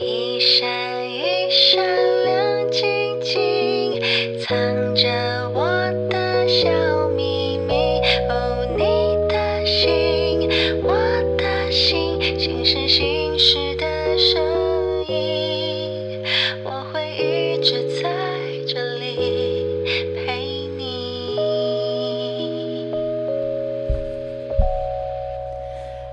一闪一闪亮晶晶，藏着我的小秘密。哦，你的心，我的心，心是心事的声音，我会一直在这里陪你。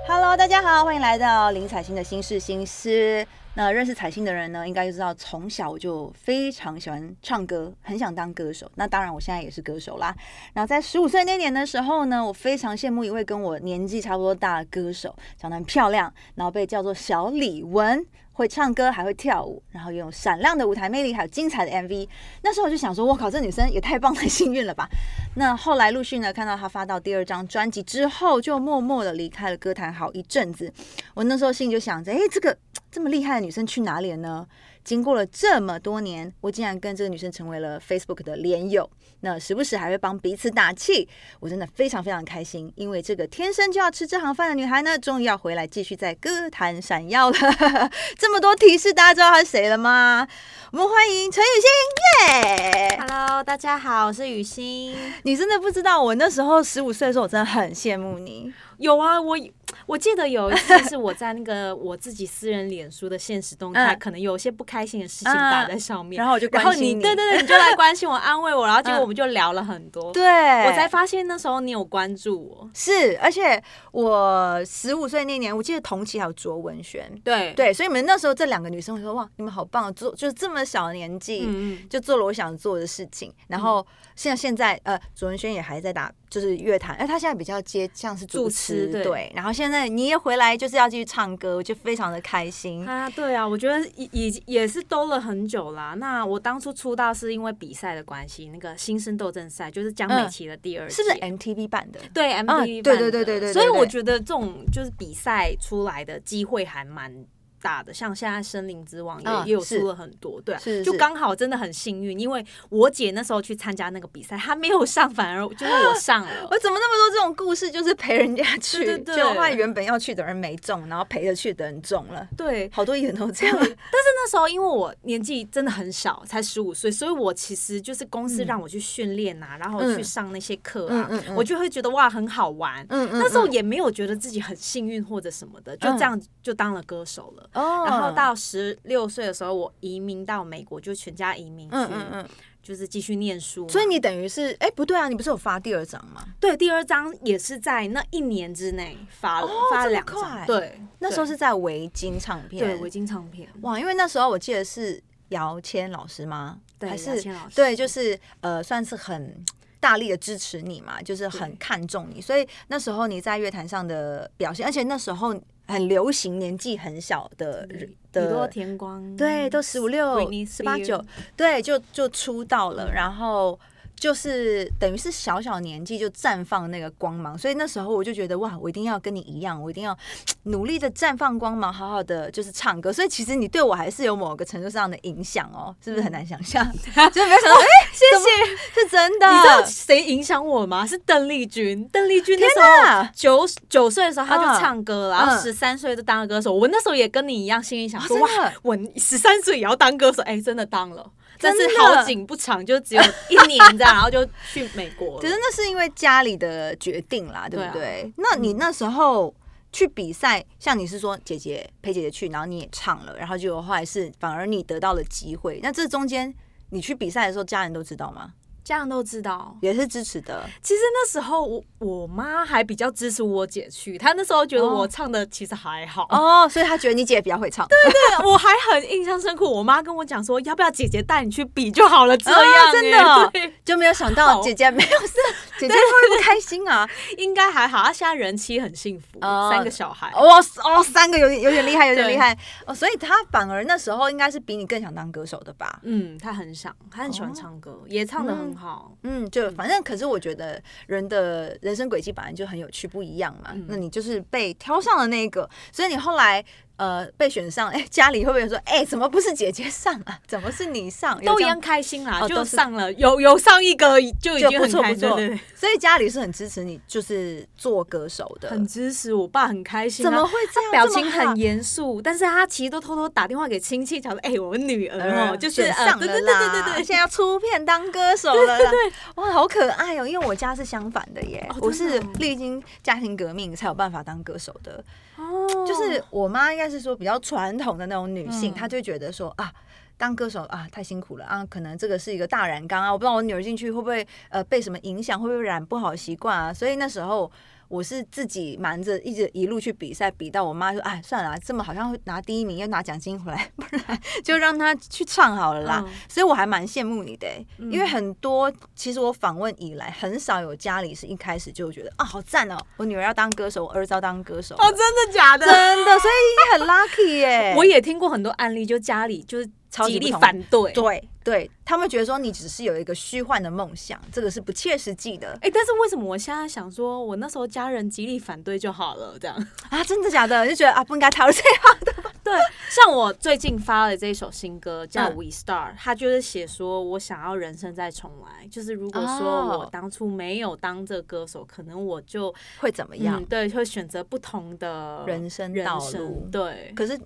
Hello，大家好，欢迎来到林采欣的心事心思。那认识采欣的人呢，应该就知道，从小我就非常喜欢唱歌，很想当歌手。那当然，我现在也是歌手啦。然后在十五岁那年的时候呢，我非常羡慕一位跟我年纪差不多大的歌手，长得很漂亮，然后被叫做小李玟，会唱歌还会跳舞，然后拥有闪亮的舞台魅力，还有精彩的 MV。那时候我就想说，我靠，这女生也太棒太幸运了吧！那后来陆续呢，看到她发到第二张专辑之后，就默默的离开了歌坛好一阵子。我那时候心里就想着，诶，哎这个这么厉害的女生去哪里了呢？经过了这么多年，我竟然跟这个女生成为了 Facebook 的连友，那时不时还会帮彼此打气，我真的非常非常开心，因为这个天生就要吃这行饭的女孩呢，终于要回来继续在歌坛闪耀了。 这么多提示，大家知道她是谁了吗？我们欢迎陈雨欣，耶、 Hello，大家好，我是雨欣。你真的不知道，我那时候十五岁的时候，我真的很羡慕你。有啊，我我记得有一次是我在那个我自己私人脸书的现实动态，嗯可能有一些不开心的事情打在上面，然后我就然后关心你对对对，你就来关心我、安慰我，然后结果嗯我们就聊了很多。对，我我才发现那时候你有关注我。是，而且我十五岁那年，我记得同期还有卓文萱。对，对，所以你们那时候这两个女生，我说哇，你们好棒，做就是这么小的年纪，嗯，就做了我想做的事情。然后像现在，呃，卓文萱也还在打，就是乐坛，哎，她现在比较接像是主主持，持对对。然后现在你也回来，就是要继续唱歌，我就非常的开嗯心。啊，对啊，我觉得已已也是兜了很久啦。那我当初出道是因为比赛的关系，那个新生斗争赛就是江美嗯琪的第二届，是不是 MTV 版的？对 MTV 版的、啊对对对对对所以对我对觉得这种就是比赛出来的机会还蛮。大的，像现在《森林之王也》也、嗯有是出了很多，对啊、是就是刚好真的很幸运，因为我姐那时候去参加那个比赛，她没有上，反而就是我上了 我，怎么那么多这种故事？就是陪人家去，对对结果后来原本要去的人没中，然后陪着去的人中了，对，好多艺人都这样。 那时候因为我年纪真的很小，才十五岁，所以我其实就是公司让我去训练啊，然后去上那些课啊，嗯嗯嗯嗯我就会觉得哇很好玩。嗯那时候也没有觉得自己很幸运或者什么的，就这样就当了歌手了。哦然后到十六岁的时候，我移民到美国，就全家移民去，嗯嗯嗯，就是继续念书嘛。所以你等于是哎、不对啊，你不是有发第二张吗？对第二张也是在那一年之内发了、发了两这么快张，对，那时候是在维京唱片，对对维京唱片，哇，因为那时候我记得是姚谦老师吗？对还姚是谦老师对，就是呃，算是很。大力的支持你嘛，就是很对看重你，所以那时候你在乐坛上的表现，而且那时候很流行年纪很小的宇人宇多的田光，对，都十五六 Britney、十八 Spears 九，对，就就出道了，嗯然后就是等于是小小年纪就绽放那个光芒，所以那时候我就觉得哇，我一定要跟你一样，我一定要努力的绽放光芒，好好的就是唱歌。所以其实你对我还是有某个程度上的影响哦，是不是很难想象？ 就是没有想 到，哎、谢谢，是真的，嗯你知道谁影响我吗？是邓丽君。邓丽君那时候哪九九岁的时候，她嗯就唱歌了，然后嗯十三岁就当了歌手。我那时候也跟你一样，心里想说哦哇真的，我十三岁也要当歌手，哎，真的当了。但是真的好景不长，就只有一年这样，然后就去美国 只是了。那是因为家里的决定啦，对啊嗯不对？对那你那时候去比赛，像你是说姐姐陪姐姐去，然后你也唱了，然后就后来是反而你得到了机会。那这中间你去比赛的时候，家人都知道吗？家人都知道，也是支持的，其实那时候我我妈还比较支持我姐去，她那时候觉得哦我唱的其实还好。哦，所以他觉得你姐比较会唱，对， 我还很印象深刻，我妈跟我讲说，要不要姐姐带你去比就好了，这样、欸真的哦对就没有想到好姐姐没有事，姐姐会不会不开心啊？应该还好，他现在人妻很幸福，哦三个小孩。哦哦，三个有点有点厉害，有点对厉害哦，所以他反而那时候应该是比你更想当歌手的吧？嗯，他很想，他很喜欢唱歌，也唱的很好。嗯，就反正，可是我觉得人的人生轨迹本来就很有趣，不一样嘛。嗯那你就是被挑上了那一个，所以你后来呃被选上，哎、家里会不会说，哎、怎么不是姐姐上啊？怎么是你上？有都这一样样开心啦，哦就都是上了，有有上一个就已就经不很错开不心，错对对，所以家里是很支持你，就是做歌手对的。很支持，我爸很开心啊、怎么会这样？表这么情好很严哦肃，但是他其实都偷偷打电话给亲 戚，讲说：“哎、我女儿哦，就是嗯选呃上了啦，对对对对对现在要出片当歌手了啦，对对哇，好可爱哦！因为我家是相反的耶，哦我真是的哦历经家庭革命才有办法当歌手的，哦，就是我妈应该是说比较传统的那种女性，嗯她就会觉得说啊。当歌手啊，太辛苦了啊！可能这个是一个大染缸啊，我不知道我女儿进去会不会呃被什么影响，会不会染不好习惯啊？所以那时候我是自己瞒着，一直一路去比赛，比到我妈说，哎，算了啊、这么好像会拿第一名，要拿奖金回来，不然 就让她去唱好了啦。嗯所以我还蛮羡慕你的欸、因为嗯很多其实我访问以来，很少有家里是一开始就觉得啊，好赞哦，我女儿要当歌手，我儿子要当歌手了。哦，真的假的？真的，所以你很 lucky 耶、我也听过很多案例，就家里就是超级极不力同反对，对对，他们觉得说你只是有一个虚幻的梦想，这个是不切实际的哎、但是为什么我现在想说，我那时候家人极力反对就好了？这样啊！真的假的？就觉得啊，不应该踏入这一行。对，像我最近发了这一首新歌叫《嗯 We Star》，他就是写说我想要人生再重来，就是如果说我哦当初没有当这个歌手，可能我就会怎么样嗯，？对，会选择不同的人生嗯人道路生，对，可是。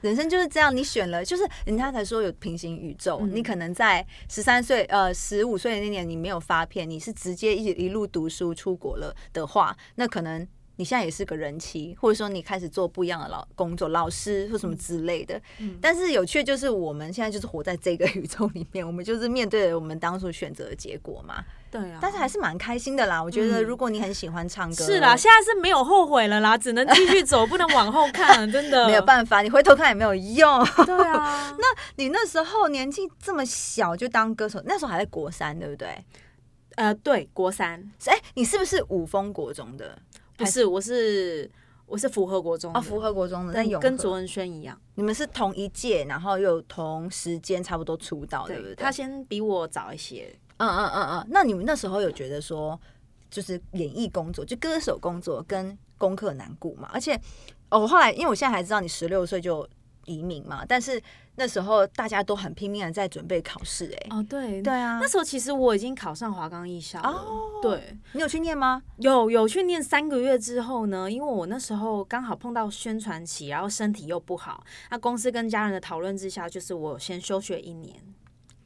人生就是这样，你选了，就是人家才说有平行宇宙。嗯你可能在十三岁、呃十五岁的那年，你没有发片，你是直接一一路读书出国了的话，那可能你现在也是个人妻，或者说你开始做不一样的老工作，老师或什么之类的。嗯但是有趣的就是，我们现在就是活在这个宇宙里 面，我们就是面对我们当初选择的结果嘛。对啊，但是还是蛮开心的啦。我觉得嗯如果你很喜欢唱歌，是啦，现在是没有后悔了啦，只能继续走，不能往后看，真的 没有办法，你回头看也没有用。法。对啊，那你 那时候年纪这么小就当歌手，那时候还在国三，对不对？呃，对，国三是哎、你是不是五峰国中的？不是，我是我是符合国中哦，的符合国中的，在跟永跟和卓文萱一样，你们是同一届，然后又同时间差不多出道，哦对不对？对，他先比我早一些。嗯嗯嗯嗯，那你们那时候有觉得说，就是演艺工作，就歌手工作跟功课难顾嘛？而且，哦，我后来因为我现在还知道你十六岁就移民嘛，但是那时候大家都很拼命的在准备考试、哎、哦，对对。啊那，时候其实我已经考上华冈艺校了，哦对，你有去念吗？有有去念三个月之后呢，因为我那时候刚好碰到宣传期，然后身体又不好，那公司跟家人的讨论之下，就是我先休学一年，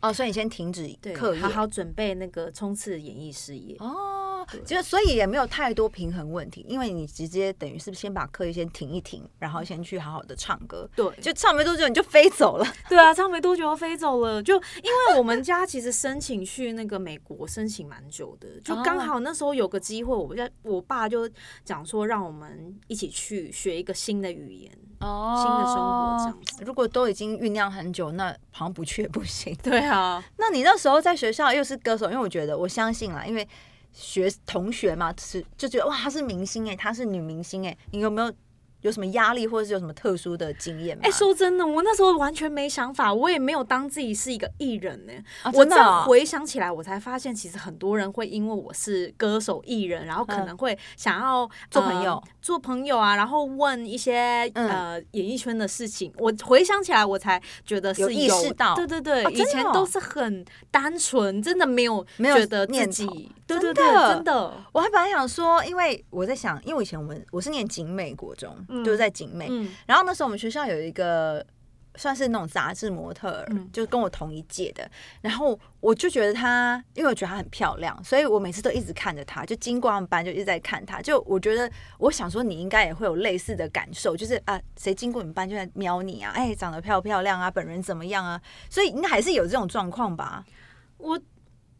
哦，所以你先停止对课，业好。好准备那个冲刺演艺事业。哦，就所以也没有太多平衡问题，因为你直接等于是先把课业先停一停，然后先去好好的唱歌，对，就就唱没多久你就飞走了。对啊，唱没多久就飞走了。就因为我们家其实申请去那个美国申请蛮久的，就刚好那时候有个机会，我家我爸就讲说让我们一起去学一个新的语言，哦新的生活这样子。如果都已经酝酿很久，那好像不去也不行。对啊，那你那时候在学校又是歌手，因为我觉得我相信啦，因为学同学嘛，是就觉得哇，她是明星哎、她是女明星哎、你有没有有什么压力，或者是有什么特殊的经验吗？哎、说真的，我那时候完全没想法，我也没有当自己是一个艺人呢、啊我真这的哦样回想起来，我才发现其实很多人会因为我是歌手艺人，然后可嗯能会想要、做朋友呃做朋友啊，然后问一些、嗯呃演艺圈的事情。我回想起来，我才觉得是有意识到对对对，啊真以的前哦都是很单纯，真的没有没有觉得自念己头，对真对对，的真的，我还本来想说，因为我在想，因为我以前我们我是念景美国中，嗯就是在景美，嗯然后那时候我们学校有一个算是那种杂志模特儿，嗯就是跟我同一届的，然后我就觉得她，因为我觉得她很漂亮，所以我每次都一直看着她，就经过他们班就一直在看她，就我觉得我想说你应该也会有类似的感受，就是啊，谁经过你们班就在瞄你啊，哎，长得漂不漂亮啊，本人怎么样啊，所以应该还是有这种状况吧？我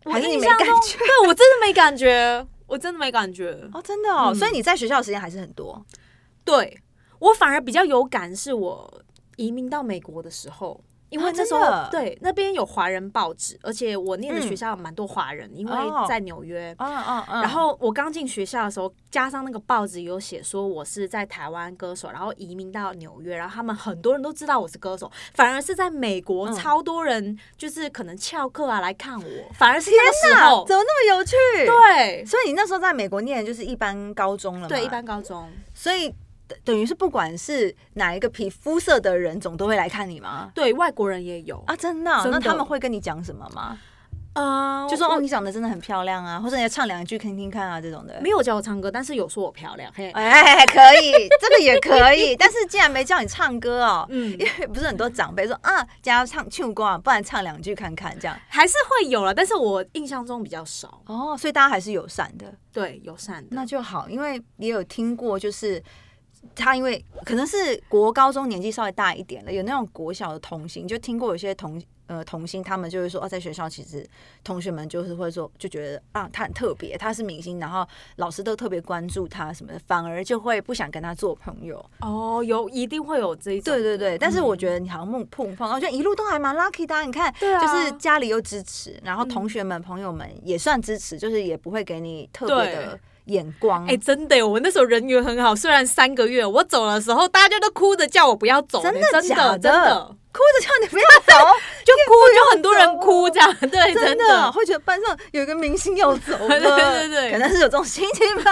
我还是你印没象感中，觉 对我真的没感觉，我真的没感觉。 哦，真的哦，嗯所以你在学校的时间还是很多对我反而比较有感，是我移民到美国的时候，因为啊那时真候、的对那边有华人报纸，而且我念的学嗯校有蛮多华人，因为哦在纽约。嗯嗯嗯然后我刚进学校的时候，加上那个报纸有写说我是在台湾歌手，然后移民到纽约，然后他们很多人都知道我是歌手，反而是在美国嗯超多人就是可能翘课啊来看我，反而是天那个时哪，候，怎么那么有趣？对所以你那时候在美国念的就是一般高中了嘛？对，一般高中，所以。等等于是不管是哪一个皮肤色的人，总都会来看你吗？对外国人也有啊，，真的哦、真的那他们会跟你讲什么吗？呃，就说我哦，你长得真的很漂亮啊，或者你要唱两句听听看啊，这种的。没有教我唱歌，但是有说我漂亮，嘿，哎，可 以，这个也可以。但是既然没叫你唱歌哦，嗯因为 不是很多长辈说啊，家唱唱歌啊，不然唱两句看看这样。还是会有了，但是我印象中比较少。哦，所以大家还是友善的，对，友善的那就好。因为也有听过，就是他因为可能是国高中年纪稍微大一点了，有那种国小的童星，就听过有些童呃童星，他们就会说哦，在学校其实同学们就是会说就觉得啊，他很特别，他是明星，然后老师都特别关注他什么的，反而就会不想跟他做朋友。哦，有一定会有这一种的。对对对，但是我得觉得你好像碰碰碰，我觉得一路都还蛮 lucky 的啊、你看，对啊就是家里又支持，然后嗯同学们、朋友们也算支持，就是也不会给你特别的对眼光。啊哎、真的耶，我那时候人缘很好，虽然三个月，我走的时候大家就都哭着叫我不要走呢，真的真假的的真的哭着叫你不要走，就哭，就很多人哭这样，对，真真的会觉得班上有一个明星要走了， 对对对可能是有这种心情吧。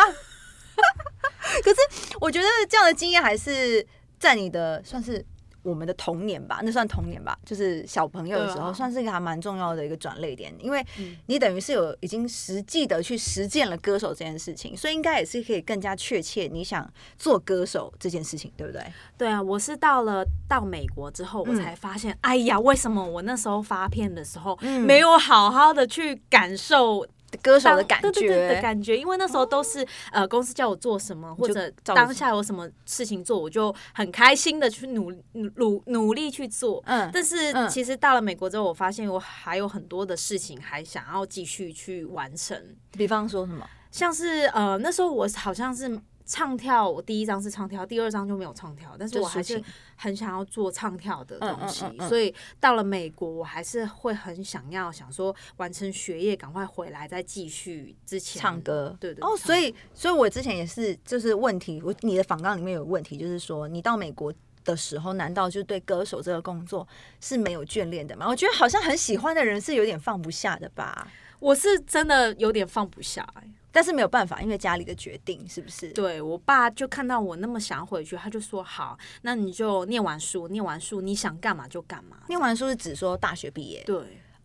可是我觉得这样的经验还是在你的算是我们的童年吧，那算童年吧，就是小朋友的时对候，啊算是一个还蛮重要的一个转类点，因为嗯你等于是有已经实际的去实践了歌手这件事情，所以应该也是可以更加确切你想做歌手这件事情，对不对？对啊，我是到了到美国之后，我嗯才发现，哎呀，为什么我那时候发片的时候、嗯没有好好的去感受歌手的当感觉，哦对对对的感觉，因为那时候都是、呃公司叫我做什么，或就者照着当做下有什么事情做，我就很开心的去努努努努力去做。嗯但是嗯其实到了美国之后，我发现我还有很多的事情还想要继续去完成，比方说什么？像是呃那时候我好像是唱跳，我第一张是唱跳，第二张就没有唱跳，但是就我还抒是情很想要做唱跳的东西，嗯嗯嗯嗯所以到了美国，我还是会很想要想说完成学业，赶快回来再继续之前唱歌，对对哦，唱所以，所以我之前也是，就是问题，我你的访纲里面有问题，就是说你到美国的时候，难道就对歌手这个工作是没有眷恋的吗？我觉得好像很喜欢的人是有点放不下的吧，我是真的有点放不下、欸。但是没有办法，因为家里的决定，是不是？对我爸就看到我那么想要回去，他就说好，那你就念完书，念完书你想干嘛就干嘛。念完书是指说大学毕业对，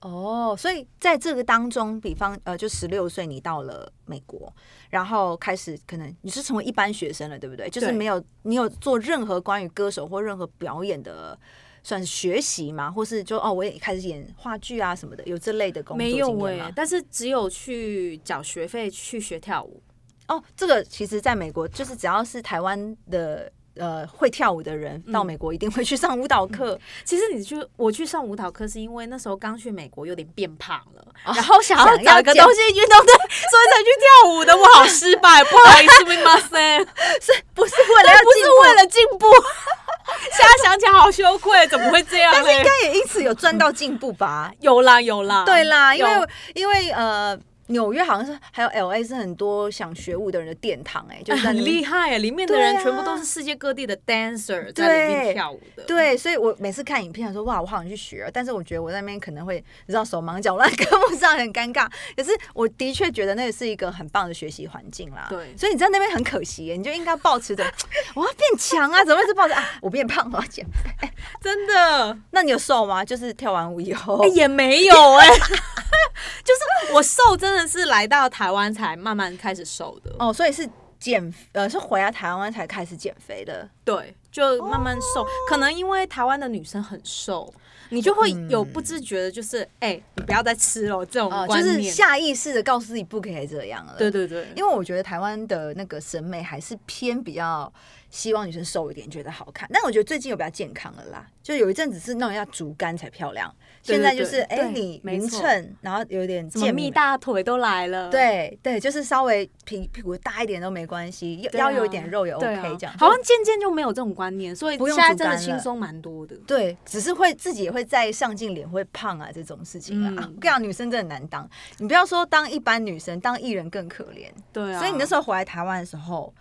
哦，所以在这个当中，比方呃，就十六岁你到了美国，然后开始可能你是成为一般学生了，对不对？就是对没有你有做任何关于歌手或任何表演的算是学习嘛，或是就哦，我也开始演话剧啊什么的，有这类的工作没有经哎、验吗？但是只有去缴学费去学跳舞。哦，这个其实在美国，就是只要是台湾的呃会跳舞的人，到嗯美国一定会去上舞蹈课。其实你去我去上舞蹈课，是因为那时候刚去美国有点变胖了，然后想要啊想要找一个减东西运动，对， 所以才去跳舞的。我好失败，不好意思，明白 噻，不是为了要不啊进步 是为了进步。现在想起来好羞愧，怎么会这样但是应嘞？该也因此有赚到进步吧？有啦有啦，对啦，因有为因为呃，纽约好像是还有 L A 是很多想学舞的人的殿堂、 哎，就是在那很边厉害耶，里面的对人啊全部都是世界各地的 dancer 在里对面跳舞的。，对，所以我每次看影片说哇，我好想去学，哦但是我觉得我在那边可能会你知道手忙脚乱，跟不上，很尴尬。可是我的确觉得那是一个很棒的学习环境啦。对所以你在那边很可惜、你就应该保持着 我要变强啊，怎么会是抱着啊我变胖我要减肥？真的，那你有瘦吗？就是跳完舞以后，哎、也没有哎、 就是我瘦真的是来到台湾才慢慢开始瘦的，哦，所以是减呃是回来台湾才开始减肥的。对，就慢慢瘦。哦可能因为台湾的女生很瘦，你就会有不自觉的，就是哎、你不要再吃了这种哦，就观是念。下意识的告诉自己不可以这样了。对对对，因为我觉得台湾的那个审美还是偏比较希望女生瘦一点，觉得好看。但我觉得最近有比较健康了啦，就有一阵子是弄一下竹竿才漂亮，对对现在就是哎、对对你没匀错称，然后有点什么健蜜美。大腿都来了，对对，就是稍微屁屁股大一点都没关系，腰对啊，腰有一点肉也 OK 对啊这样。好像渐渐就没有这种观念，所以不用现在竹真的竿轻了松蛮多的。对，只是会自己也会在上镜脸会胖啊这种事情啊。嗯啊我跟你讲，女生真的难当，你不要说当一般女生，当艺人更可怜。对啊，所以你那时候回来台湾的时候，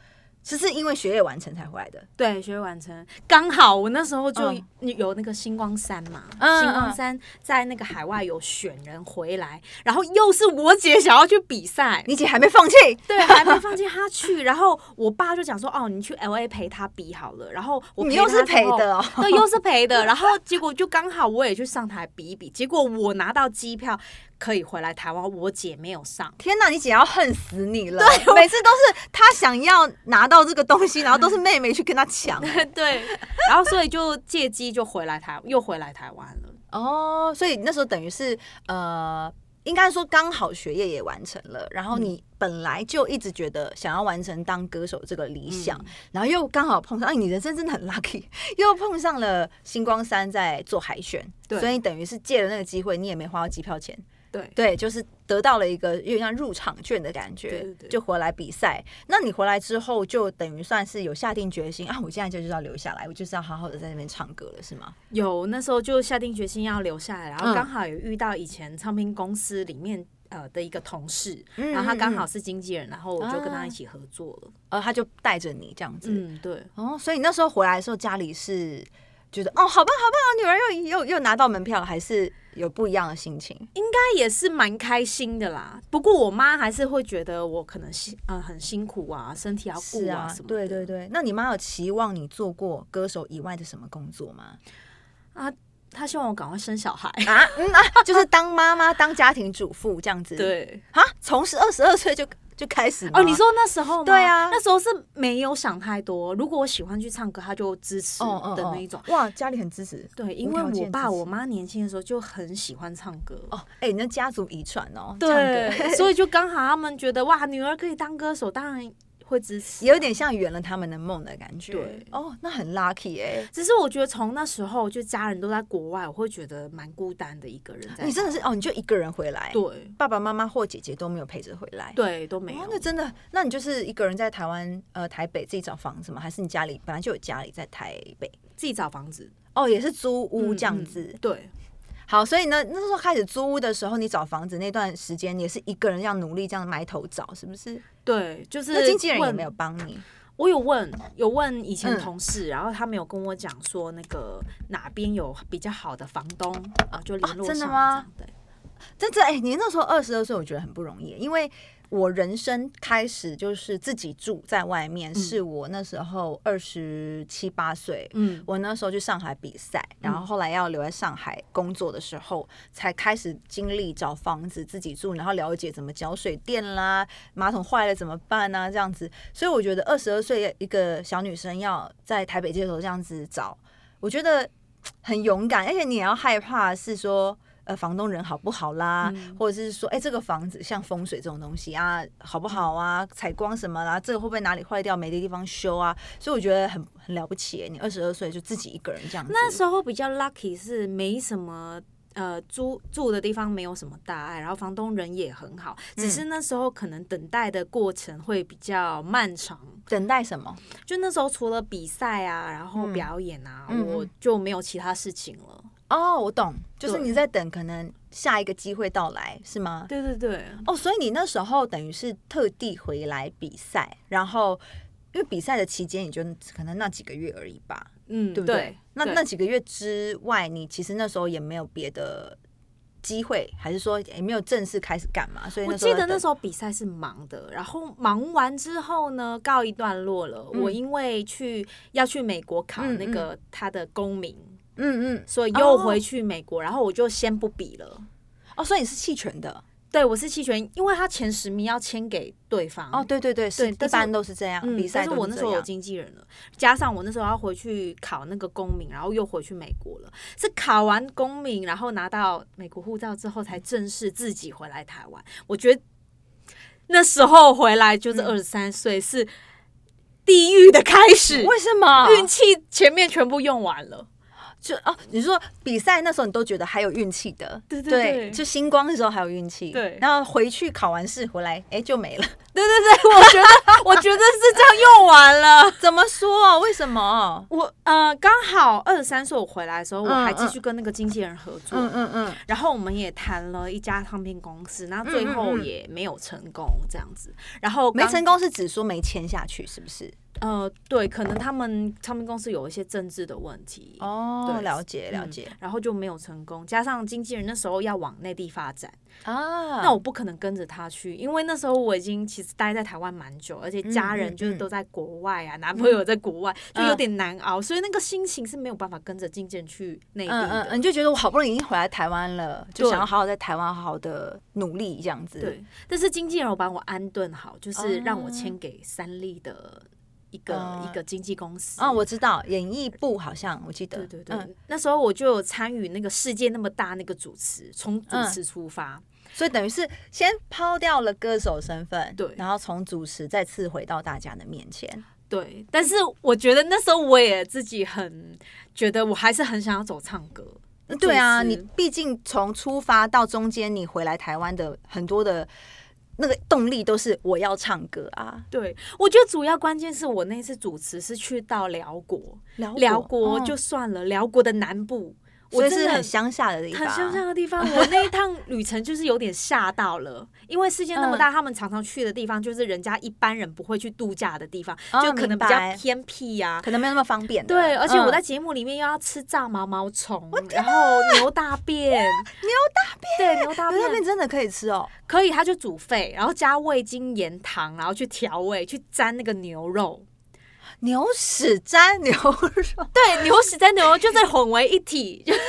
是是因为学业完成才回来的。对，学业完成刚好，我那时候就嗯有那个星光三嘛，嗯星光三在那个海外有选人回来，然后又是我姐想要去比赛，你姐还没放弃，对，还没放弃她去，然后我爸就讲说，哦，你去 L A 陪她比好了，然后我你又是陪陪她之后。的哦。对，又是陪的，然后结果就刚好我也去上台比一比，结果我拿到机票可以回来台湾，我姐没有上， 天哪，你姐要恨死你了！每次都是她想要拿到这个东西，然后都是妹妹去跟她 抢。对，然后所以就借机就回来台，又回来台湾了。哦，所以那时候等于是呃，应该说刚好学业也完成了，然后嗯你本来就一直觉得想要完成当歌手这个理想，嗯然后又刚好碰上，哎，你人生真的很 lucky，又 碰上了星光山在做海选，对所以等于是借了那个机会，你也没花到机票钱，对，对，就是得到了一个有点像入场券的感觉，对对对就回来比赛。那你回来之后，就等于算是有下定决心啊，我现在就是要留下来，我就是要好好的在那边唱歌了，是吗？有那时候就下定决心要留下来，然后嗯刚好有遇到以前唱片公司里面呃的一个同事，嗯然后他刚嗯好嗯是经纪人，然后我就跟啊他一起合作了。呃，他就带着你这样子，嗯，对，哦，所以那时候回来的时候，家里是觉得哦，好棒好棒，女儿又又又拿到门票了，还是有不一样的心情。应该也是蛮开心的啦。不过我妈还是会觉得我可能辛呃很辛苦啊，身体要是顾啊什，么的。对对对。那你妈有期望你做过歌手以外的什么工作吗？啊，她希望我赶快生小孩。啊，嗯啊，就是当妈妈、当家庭主妇这样子。对，啊，从十二十二岁就就开始吗哦，你说那时候吗对啊那时候是没有想太多。如果我喜欢去唱歌，她就支持嗯的那一种。哇，家里很支持。对，因无为条我件爸支持我妈年轻的时候就很喜欢唱歌，哦，哎、你那家族遗传哦，唱对，歌 所以就刚好他们觉得哇，女儿可以当歌手，当然会支持。有点像圆了他们的梦的感觉。对哦，那很 lucky 哎、只是我觉得从那时候就家人都在国外，我会觉得蛮孤单的一个人在。你真的是哦，你就一个人回来，对爸爸妈妈或姐姐都没有陪着回来。对都没有哦，，那真的，那你就是一个人在台湾呃台北自己找房子吗？还是你家里本来就有家里在台北？自己找房子哦，也是租屋嗯这样嗯子。对，好，所以呢，那时候开始租屋的时候，你找房子那段时间，你也是一个人要努力这样埋头找，是不是？对，就是那经纪人也问没有帮你我有问，有问以前嗯同事，然后他们有跟我讲说，那个哪边有比较好的房东，啊，就联络上、真的吗这样？真的哎、你那时候二十二岁，我觉得很不容易，因为我人生开始就是自己住在外面，是我那时候二十七八岁，对，嗯，我那时候去上海比赛，然后后来要留在上海工作的时候，才开始经历找房子自己住，然后了解怎么缴水电啦，马桶坏了怎么办啊，这样子。所以我觉得二十二岁一个小女生要在台北街头这样子找，我觉得嘖很勇敢，而且你也要害怕是说。呃，房东人好不好啦，嗯或者是说，哎、这个房子像风水这种东西啊，好不好啊，采光什么啦，这个会不会哪里坏掉，没地方修啊？所以我觉得很很了不起耶，你二十二岁就自己一个人这样子。那时候比较 lucky 是没什么。呃，租住的地方没有什么大碍，然后房东人也很好，只嗯是那时候可能等待的过程会比较漫长。等待什么？就那时候除了比赛啊，然后嗯表演啊，嗯嗯我就没有其他事情了。哦，我懂，就是对你在等可能下一个机会到来，是吗？对对对，哦，所以你那时候等于是特地回来比赛，然后因为比赛的期间也就可能那几个月而已吧，嗯，对不对？对？那那几个月之外，你其实那时候也没有别的机会，还是说也没有正式开始干嘛？所以我那时候记得那时候候比赛是忙的，然后忙完之后呢，告一段落了。嗯我因为去要去美国考嗯那个他的公民，嗯嗯，所以哦又回去美国，然后我就先不比了。哦，所以你是弃权的对，我是弃权，因为他前十名要签给对方。哦，，对对对，是对一但是般都是这样，嗯比，赛但是都我那这时候有样经纪人了，加上我那时候要回去考那个公民，然后又回去美国了。是考完公民，然后拿到美国护照之后，才正式自己回来台湾。我觉得那时候回来就是嗯二十三岁，是地狱的开始，为什么运气前面全部用完了。 就哦，你说比赛那时候你都觉得还有运气的，对对对就星光的时候还有运气，对然后回去考完试回来，哎、就没了。 对对对，我觉得我觉得是这样用完了。怎么说？为什么？我呃，刚好二十三岁我回来的时候，我还嗯继嗯续跟那个经纪人合作。嗯嗯嗯，然后我们也谈了一家唱片公司，然后最嗯嗯后嗯也没有成功这样子。然后没刚成，功是指说没签下去，是不是？呃，对，可能他们唱片公司有一些政治的问题，哦对，了解嗯了解、然后就没有成功。加上经纪人那时候要往内地发展，啊。那我不可能跟着他去，因为那时候我已经其实待在台湾蛮久，而且家嗯人就是都在国外啊，男朋友在国外，就有点难熬，所以那个心情是没有办法跟着经纪人去内地嗯嗯的。嗯，就觉得我好不容易已经回来台湾了，就对想要好好在台湾好好的努力这样子。对，但是经纪人有把我安顿好，就是让我啊签给三立的一个、啊一个经纪公司。啊，我知道演艺部好像我记得，对对对，嗯，那时候我就有参与那个世界那么大那个主持，从主嗯持出发，所以等于是先抛掉了歌手身份，对然后从主持再次回到大家的面前。对。但是我觉得那时候我也自己很觉得我还是很想要走唱歌。对啊，主你持毕竟从出发到中间，你回来台湾的很多的那个动力都是我要唱歌啊，对，我觉得主要关键是我那次主持是去到辽国，辽辽国就嗯算了，辽国的南部，我所以真是的很乡下的地方，很乡下的地方，我那一趟旅程就是有点吓到了，因为世界那么大，他们常常去的地方就是人家一般人不会去度假的地方，哦就可能比明较白偏僻呀、可能没有那么方便的。对，而且我嗯在节目里面又要吃炸毛毛虫，然后牛大便， 牛大便，对，牛大可是那边便真的可以吃哦，可以，它就煮沸，然后加味精、盐、糖，然后去调味，去沾那个牛肉，牛屎沾牛 肉，对，牛屎沾牛肉就是混为一 体，就是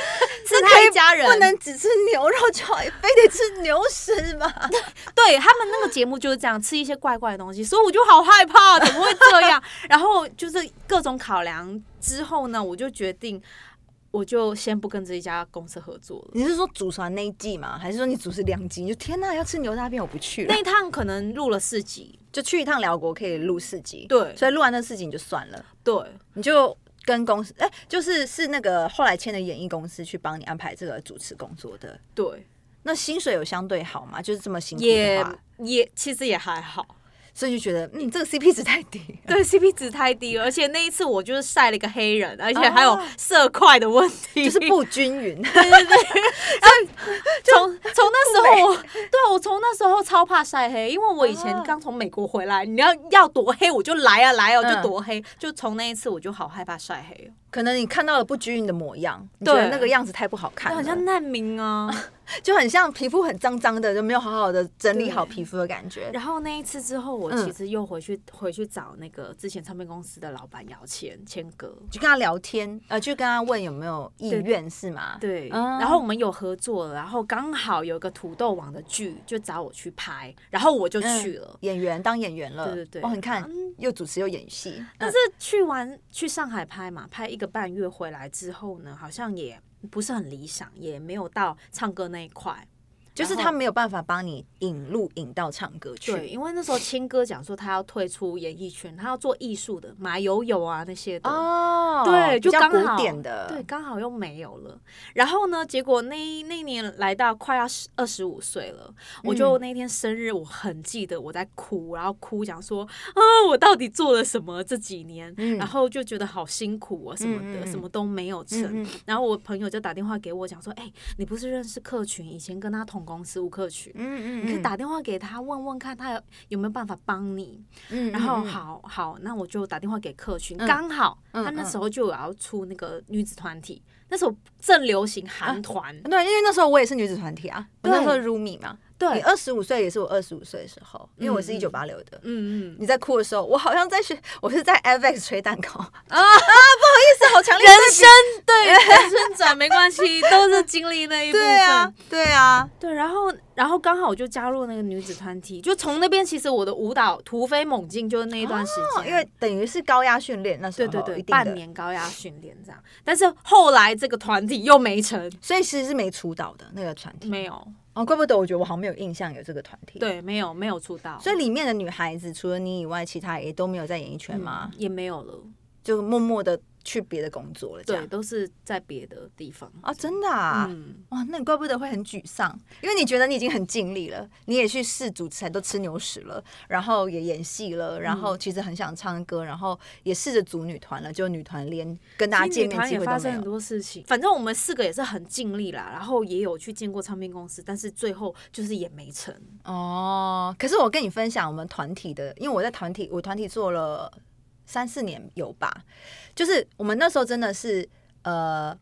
这它一家人不能只吃牛肉就好，非得吃牛屎吗？对他们那个节目就是这样，吃一些怪怪的东西， 所以我就好害怕，怎么会这样？然后就是各种考量之后呢，我就决定，我就先不跟这一家公司合作了。 你是说祖传那一季吗？还是说你主持两季？你就天呐，要吃牛大便我不去了 那，一趟可能录了四集，就去一趟辽国可以录四集，对所以录完那四集你就算了，对你就跟公司，哎、就是是那个后来签的演艺公司去帮你安排这个主持工作的。对，那薪水有相对好吗？就是这么辛苦的也话，也其实也还 好。所以就觉得嗯，这个 CP 值太 低。对 CP 值太低了，而且那一次我就是晒了一个黑人，而且还有色块的问题，就是不均匀， 对对对，然后从从那时候我，对啊我从那时候超怕晒黑，因为我以前啊刚从美国回来，你要要多黑我就来啊来啊，我嗯就多黑，就从那一次我就好害怕晒黑哦，可能你看到了不均匀的模样，你觉得对那个样子太不好看就了，好像难民啊。就很像皮肤很脏脏的，就没有好好的整理好对皮肤的感觉。 然后那一次之后，我嗯其实又回去、回去找那个之前唱片公司的老板姚谦谦哥。就跟他聊天，呃，就跟他问有没有意愿是吗？对，嗯然后我们有合作了，然后刚好有个土豆网的剧就找我去拍，然后我就嗯去了。演员当演员了，对对对哇，你看嗯又主持又演戏，但嗯是去完去上海拍嘛，拍一个半月回来之后呢，好像也不是很理想，也没有到唱歌那一块。就是然后他没有办法帮你引路引到唱歌对，去因为那时候青哥讲说他要退出演艺圈，他要做艺术的，马友友啊那些的。哦对，比就较刚古好典的，对，刚好又没有了。然后呢，结果那一那一年来到快要十二十五岁了，我就那天生日，我很记得我在哭，然后哭讲说啊，我到底做了什么这几年，嗯然后就觉得好辛苦啊，什么嗯的，嗯嗯什么都没有成。嗯嗯然后我朋友就打电话给我讲说，哎、你不是认识客群，以前跟他同公司吴客群。嗯你可以打电话给他问问看，他有有没有办法帮你。嗯然后，嗯嗯好好，那我就打电话给客群，嗯刚好嗯他那嗯时候就有要出那个女子团体，那时候正流行韩团，嗯对，因为那时候我也是女子团体啊，我对那时候 Rumi 嘛，你对，二十五岁也是我二十五岁的时候，因为我是一嗯九八六的。嗯嗯，你在哭的时候，我好像在学， 我是在 Avex 吹蛋 糕啊啊！不好意思，好强烈人的对比生 对人生转没关系，都是经历那一部分。对啊，对啊，对，然后然后刚好我就加入那个女子团体，就从那边其实我的舞蹈突飞猛进，就是那一段时间，哦因为等于是高压训练那时对候，哦对对一，定半的，年高压训练这样，但是后来这个团体又没成，所以其实是没出道的那个团体。没有，哦，怪不得我觉得我好像没有印象有这个团体。，对，没有没有出道，所以里面的女孩子除了你以外，其他也都没有在演艺圈嗯嘛，也没有了，就默默的去别的工作了，这对，样。都是在别的地方啊，真的啊。嗯，哇，那你怪不得会很沮丧，因为你觉得你已经很尽力了，你也去试主持人，都吃牛屎了，然后也演戏了，然嗯后其实很想唱歌，然后也试着组女团了，就女团连跟大家其实见女面团机也会发都生没很有。多事情，反正我们四个也是很尽力啦，然后也有去见过唱片公司，但是最后就是也没成。哦，可是我跟你分享我们团体的，因为我在团体，我团体做了三四年有吧，就是我们那时候真的是呃，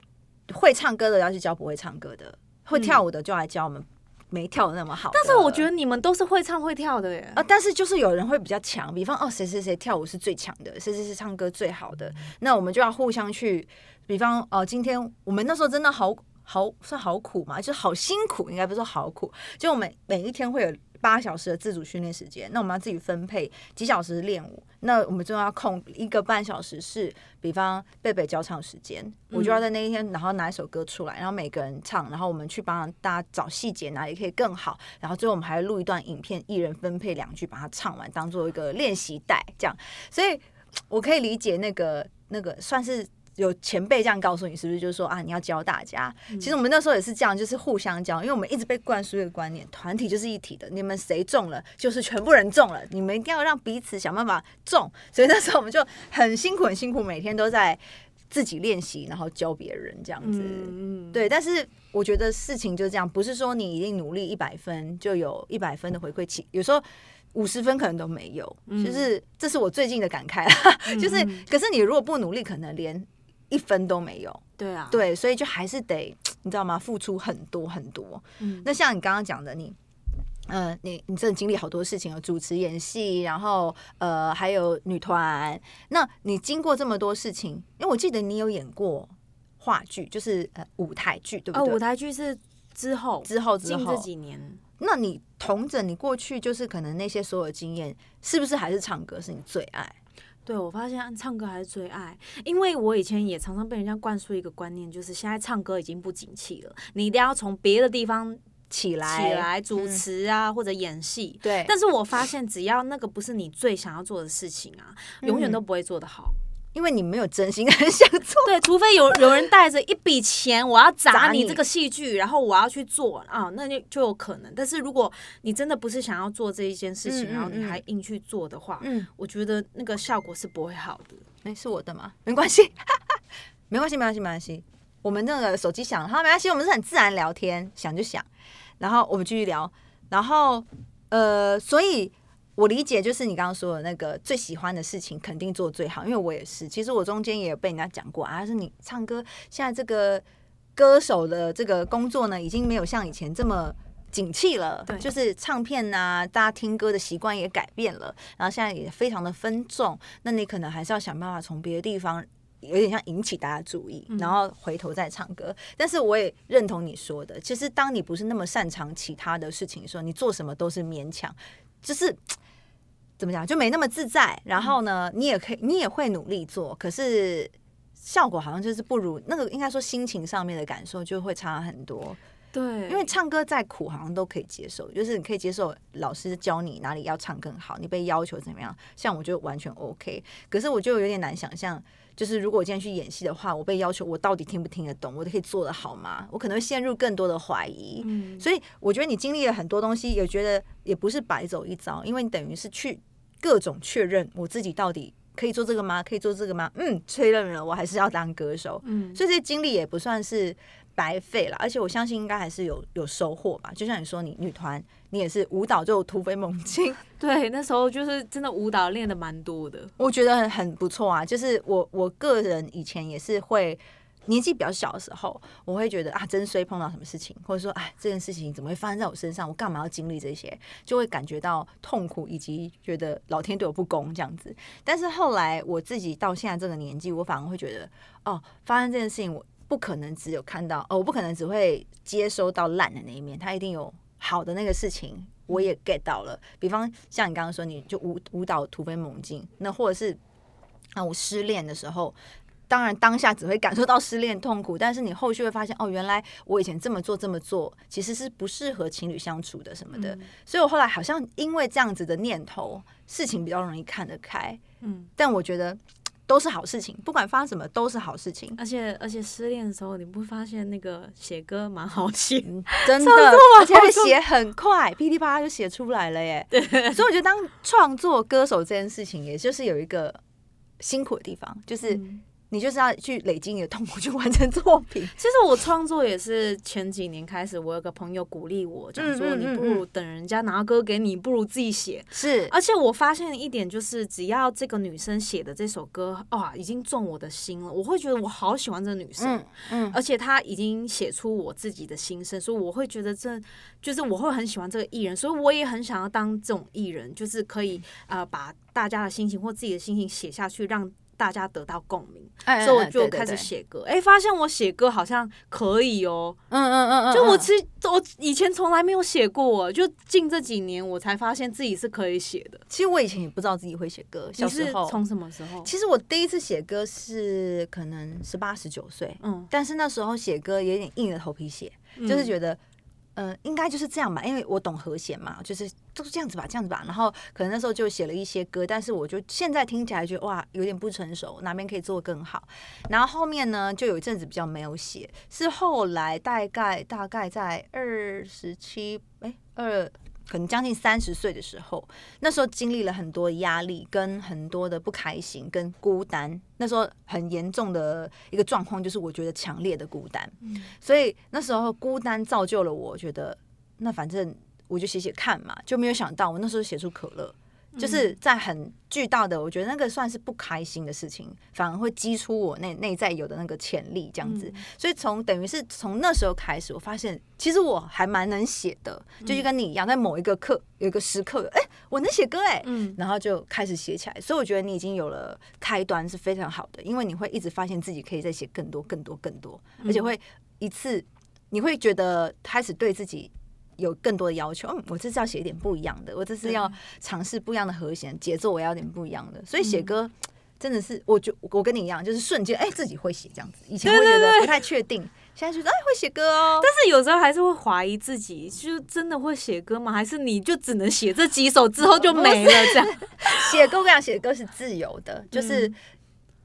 会唱歌的要去教不会唱歌的，会跳舞的就来教我们没跳的那么好的。嗯但是我觉得你们都是会唱会跳的耶，啊，但是就是有人会比较强，比方哦，谁谁谁跳舞是最强的，谁谁谁唱歌最好的，那我们就要互相去，比方哦、今天我们那时候真的好好算好苦嘛，就是好辛苦，应该不是说好苦，就我们每一天会有八小时的自主训练时间，那我们要自己分配几小时练舞，那我们就要空一个半小时是，比方贝贝教唱时间，我就要在那一天，然后拿一首歌出来，然后每个人唱，然后我们去帮大家找细节哪里可以更好，然后最后我们还录一段影片，一人分配两句把它唱完，当做一个练习带这样，所以我可以理解那个那个算是。有前辈这样告诉你，是不是就是说啊，你要教大家？其实我们那时候也是这样，就是互相教，因为我们一直被灌输一个观念，团体就是一体的，你们谁中了就是全部人中了，你们一定要让彼此想办法中。所以那时候我们就很辛苦，很辛苦，每天都在自己练习，然后教别人这样子。嗯，对，但是我觉得事情就这样，不是说你一定努力一百分就有一百分的回馈期，有时候五十分可能都没有，就是这是我最近的感慨啦。 就是，可是你如果不努力，可能连一分都没有。对啊，，对，所以就还是得你知道吗？付出很多很多。嗯那像你刚刚讲的，你。呃，你你真的经历好多事情哦，主持、演戏，然后呃，还有女团。那你经过这么多事情，因为我记得你有演过话剧，就是呃舞台剧，对不啊，对？舞台剧是之后之后之近这后，几年，那你同整你过去就是可能那些所有经验，是不是还是唱歌是你最爱？对我发现唱歌还是最爱，因为我以前也常常被人家灌输一个观念，就是现在唱歌已经不景气了，你一定要从别的地方起来，嗯起来主持啊、或者演戏。对，但是我发现，只要那个不是你最想要做的事情啊，永远都嗯不会做得好。因为你没有真心 很想做，对，除非有有人带着一笔钱，我要砸砸你你这个戏剧，然后我要去做啊，那就就有可能。但是如果你真的不是想要做这一件事情，嗯嗯然后你嗯还硬去做的话，嗯，我觉得那个效果是不会好的。哎、是我的吗？ 没关系，没关系，没关系，没关系。我们那个手机响了，好，没关系，我们是很自然聊天，想就想，然后我们继续聊，然后呃，所以我理解就是你刚刚说的那个最喜欢的事情，肯定做最好，因为我也是，其实我中间也有被人家讲过啊，是你唱歌现在这个歌手的这个工作呢，已经没有像以前这么。景气了对，就是唱片呐、大家听歌的习惯也改变了，然后现在也非常的分众，那你可能还是要想办法从别的地方，有点像引起大家注意，然后回头再唱歌。但是我也认同你说的，其实当你不是那么擅长其他的事情的时候，你做什么都是勉强，就是。怎么讲就没那么自在，然后呢，你也可以，你也会努力做，可是效果好像就是不如那个，应该说心情上面的感受就会差很多。对因为唱歌再苦，好像都可以接受，就是你可以接受老师教你哪里要唱更好，你被要求怎么样，像我就完全 OK。可是我就有点难想象，就是如果我今天去演戏的话，我被要求我到底听不听得懂，我可以做得好吗？我可能会陷入更多的怀疑。嗯所以我觉得你经历了很多东西，也觉得也不是白走一遭，因为你等于是去各种确认我自己到底可以做这个吗？可以做这个吗？嗯，确认了，我还是要当歌手。嗯，所以这些经历也不算是白费了，而且我相信应该还是有有收获吧。就像你说，你女团，你也是舞蹈就突飞猛进， 对，那时候就是真的舞蹈练的蛮多的。我觉得很很不错啊。就是我我个人以前也是会。年纪比较小的时候，我会觉得啊，真衰碰到什么事情，或者说，哎，这件事情怎么会发生在我身上？我干嘛要经历这些？就会感觉到痛苦，以及觉得老天对我不公这样子。但是后来我自己到现在这个年纪，我反而会觉得，哦，发生这件事情，我不可能只有看到，哦，我不可能只会接收到烂的那一面，它一定有好的那个事情，我也 get 到了。比方像你刚刚说，你就舞舞蹈突飞猛进，那或者是啊，我失恋的时候。当然，当下只会感受到失恋痛苦，但是你后续会发现，哦，原来我以前这么做这么做，其实是不适合情侣相处的什么的。所以我后来好像因为这样子的念头，事情比较容易看得开。嗯，但我觉得都是好事情，不管发生什么都是好事情。而且而且失恋的时候，你不发现那个写歌 蛮好写的。真的，而且会写很快，噼里啪啦就写出来了耶。对，所以我觉得当创作歌手这件事情，也就是有一个辛苦的地方，就是嗯你就是要去累积你的痛苦，去完成作 品。其实我创作也是前几年开始，我有个朋友鼓励我，讲说嗯嗯你嗯不如等人家拿歌给你，不如自己写。是而且我发现一点就是，只要这个女生写的这首歌，哇，已经中我的心了，我会觉得我好喜欢这女生。嗯嗯，而且她已经写出我自己的心声，所以我会觉得这就是我会很喜欢这个艺人，所以我也很想要当这种艺人，就是可以嗯呃把大家的心情或自己的心情写下去，让大家得到共鸣。哎所以我哎哎就对对开始对写歌，哎、发现我写歌好像可以哦、嗯嗯嗯嗯，就我嗯其实我以前从来没有写过，哦就近这几年我才发现自己是可以写的。其实我以前也不知道自己会写歌，小你时是候从什么时候？其实我第一次写歌是可能十八十九岁，嗯，但是那时候写歌有点硬着头皮写，就是觉得。嗯，应该就是这样吧，因为我懂和弦嘛，就是都是这样子吧，这样子吧。然后可能那时候就写了一些歌，但是我就现在听起来觉得哇，有点不成熟，哪边可以做得更好。然后后面呢，就有一阵子比较没有写，是后来大概大概在二十七哎二可能将近三十岁的时候，那时候经历了很多压力，跟很多的不开心，跟孤单。那时候很严重的一个状况就是，我觉得强烈的孤单。嗯所以那时候孤单造就了我，觉得那反正我就写写看嘛，就没有想到我那时候写出可乐，嗯就是在很巨大的，我觉得那个算是不开心的事情，反而会激出我内内在有的那个潜力这样子。嗯所以从等于是从那时候开始，我发现其实我还蛮能写的，嗯就就跟你一样，在某一个刻有一个时刻，哎、我能写歌哎、嗯，然后就开始写起来，所以我觉得你已经有了开端是非常好的，因为你会一直发现自己可以再写更多、更多、更多，嗯而且会一次你会觉得开始对自己有更多的要求。嗯，我这次要写一点不一样的，我这次要尝试不一样的和弦节奏，我要有点不一样的。所以写歌真的是，我就我跟你一样，就是瞬间哎、自己会写这样子，以前会觉得不太确定，现在觉得哎会写歌哦。但是有时候还是会怀疑自己，就真的会写歌吗？还是你就只能写这几首之后就没了这样？写歌，我跟你讲，写歌是自由的，就是。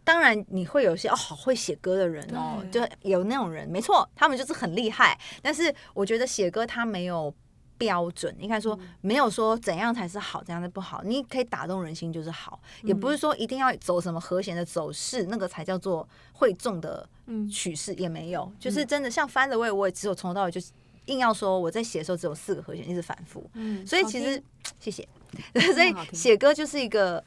当然，你会有一些哦，好会写歌的人哦，就对有那种人，没错，他们就是很厉害。但是我觉得写歌它没有标准，应该说没有说怎样才是好，怎样才不好。你可以打动人心就是好，也不是说一定要走什么和弦的走势，那个才叫做会中的嗯曲式也没有，就是真的像《翻了位》，我也只有从头到尾就是硬要说我在写的时候只有四个和弦，一直反复。 嗯所以其实谢 谢，所以好听写歌就是一个